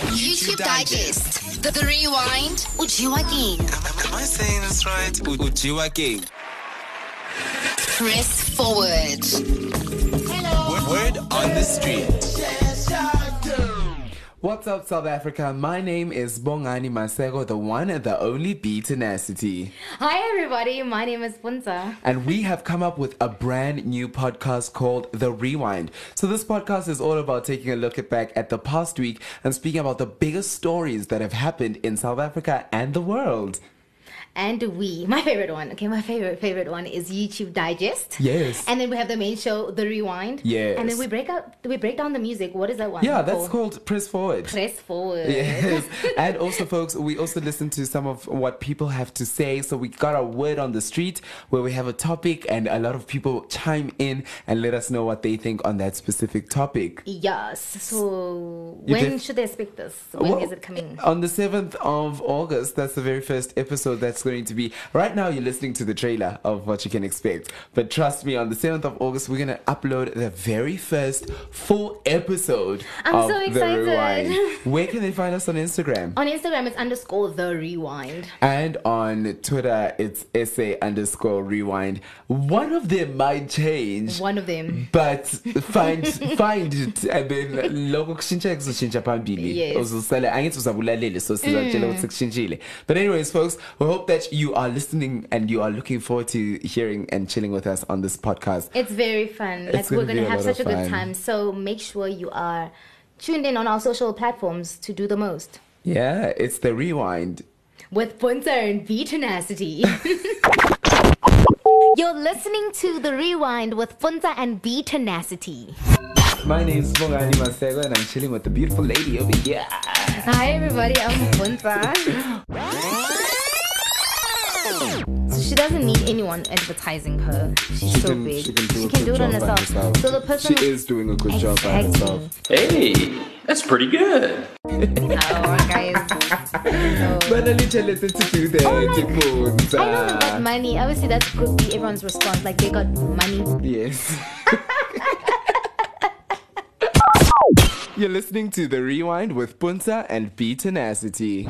YouTube Digest, The, the Rewind, Ujiwa Game. Am, am- am I saying this right? U- Ujiwa game. Press forward. Word, word on the street. What's up, South Africa? My name is Bongani Masego, the one and the only B Tenacity. Hi, everybody. My name is Punza. And we have come up with a brand new podcast called The Rewind. So, this podcast is all about taking a look at back at the past week and speaking about the biggest stories that have happened in South Africa and the world. And we, my favorite one, okay, my favorite, favorite one is YouTube Digest. Yes. And then we have the main show, The Rewind. Yes. And then we break up, we break down the music. What is that one? Yeah, that's called called Press Forward. Press Forward. Yes. and also, folks, we also listen to some of what people have to say. So we got a word on the street where we have a topic, and a lot of people chime in and let us know what they think on that specific topic. Yes. So You when def- should they expect this? When is Well, it coming? On the 7th of August, that's the very first episode that's going to be. Right now, you're listening to the trailer of what you can expect. But trust me, on the 7th of August, we're going to upload the very first full episode I'm of so The excited. Rewind. Where can they find us on Instagram? On Instagram, it's underscore The Rewind. And on Twitter, it's SA underscore rewind. One of them might change. One of them. But find find it and then loko kushintsha kuzoshintsha phambili Yes. Mm. uzosala angithi uzabulalele so sizatshela ukuthi sekushintshile but anyways folks we hope that you are listening and you are looking forward to hearing and chilling with us on this podcast It's very fun. Like gonna we're be gonna a have lot of such a good fun. time. So make sure you are tuned in on our social platforms to do the most yeah it's the rewind with Punta and B Tenacity. You're listening to the Rewind with Punta and B Tenacity. my name is Bongani Masego and I'm chilling with the beautiful lady over here Hi everybody, I'm Punta. She doesn't need anyone advertising her. She's so can- big. she can do a good it on job by herself. herself. So the person she is doing a good job by Exactly. herself Hey, that's pretty good. Oh, guys. So- But I literally said to do that. Oh I know they got money. Obviously, that could be everyone's response. Like they got money. Ah, Yes. You're listening to The Rewind with Punta and B Tenacity.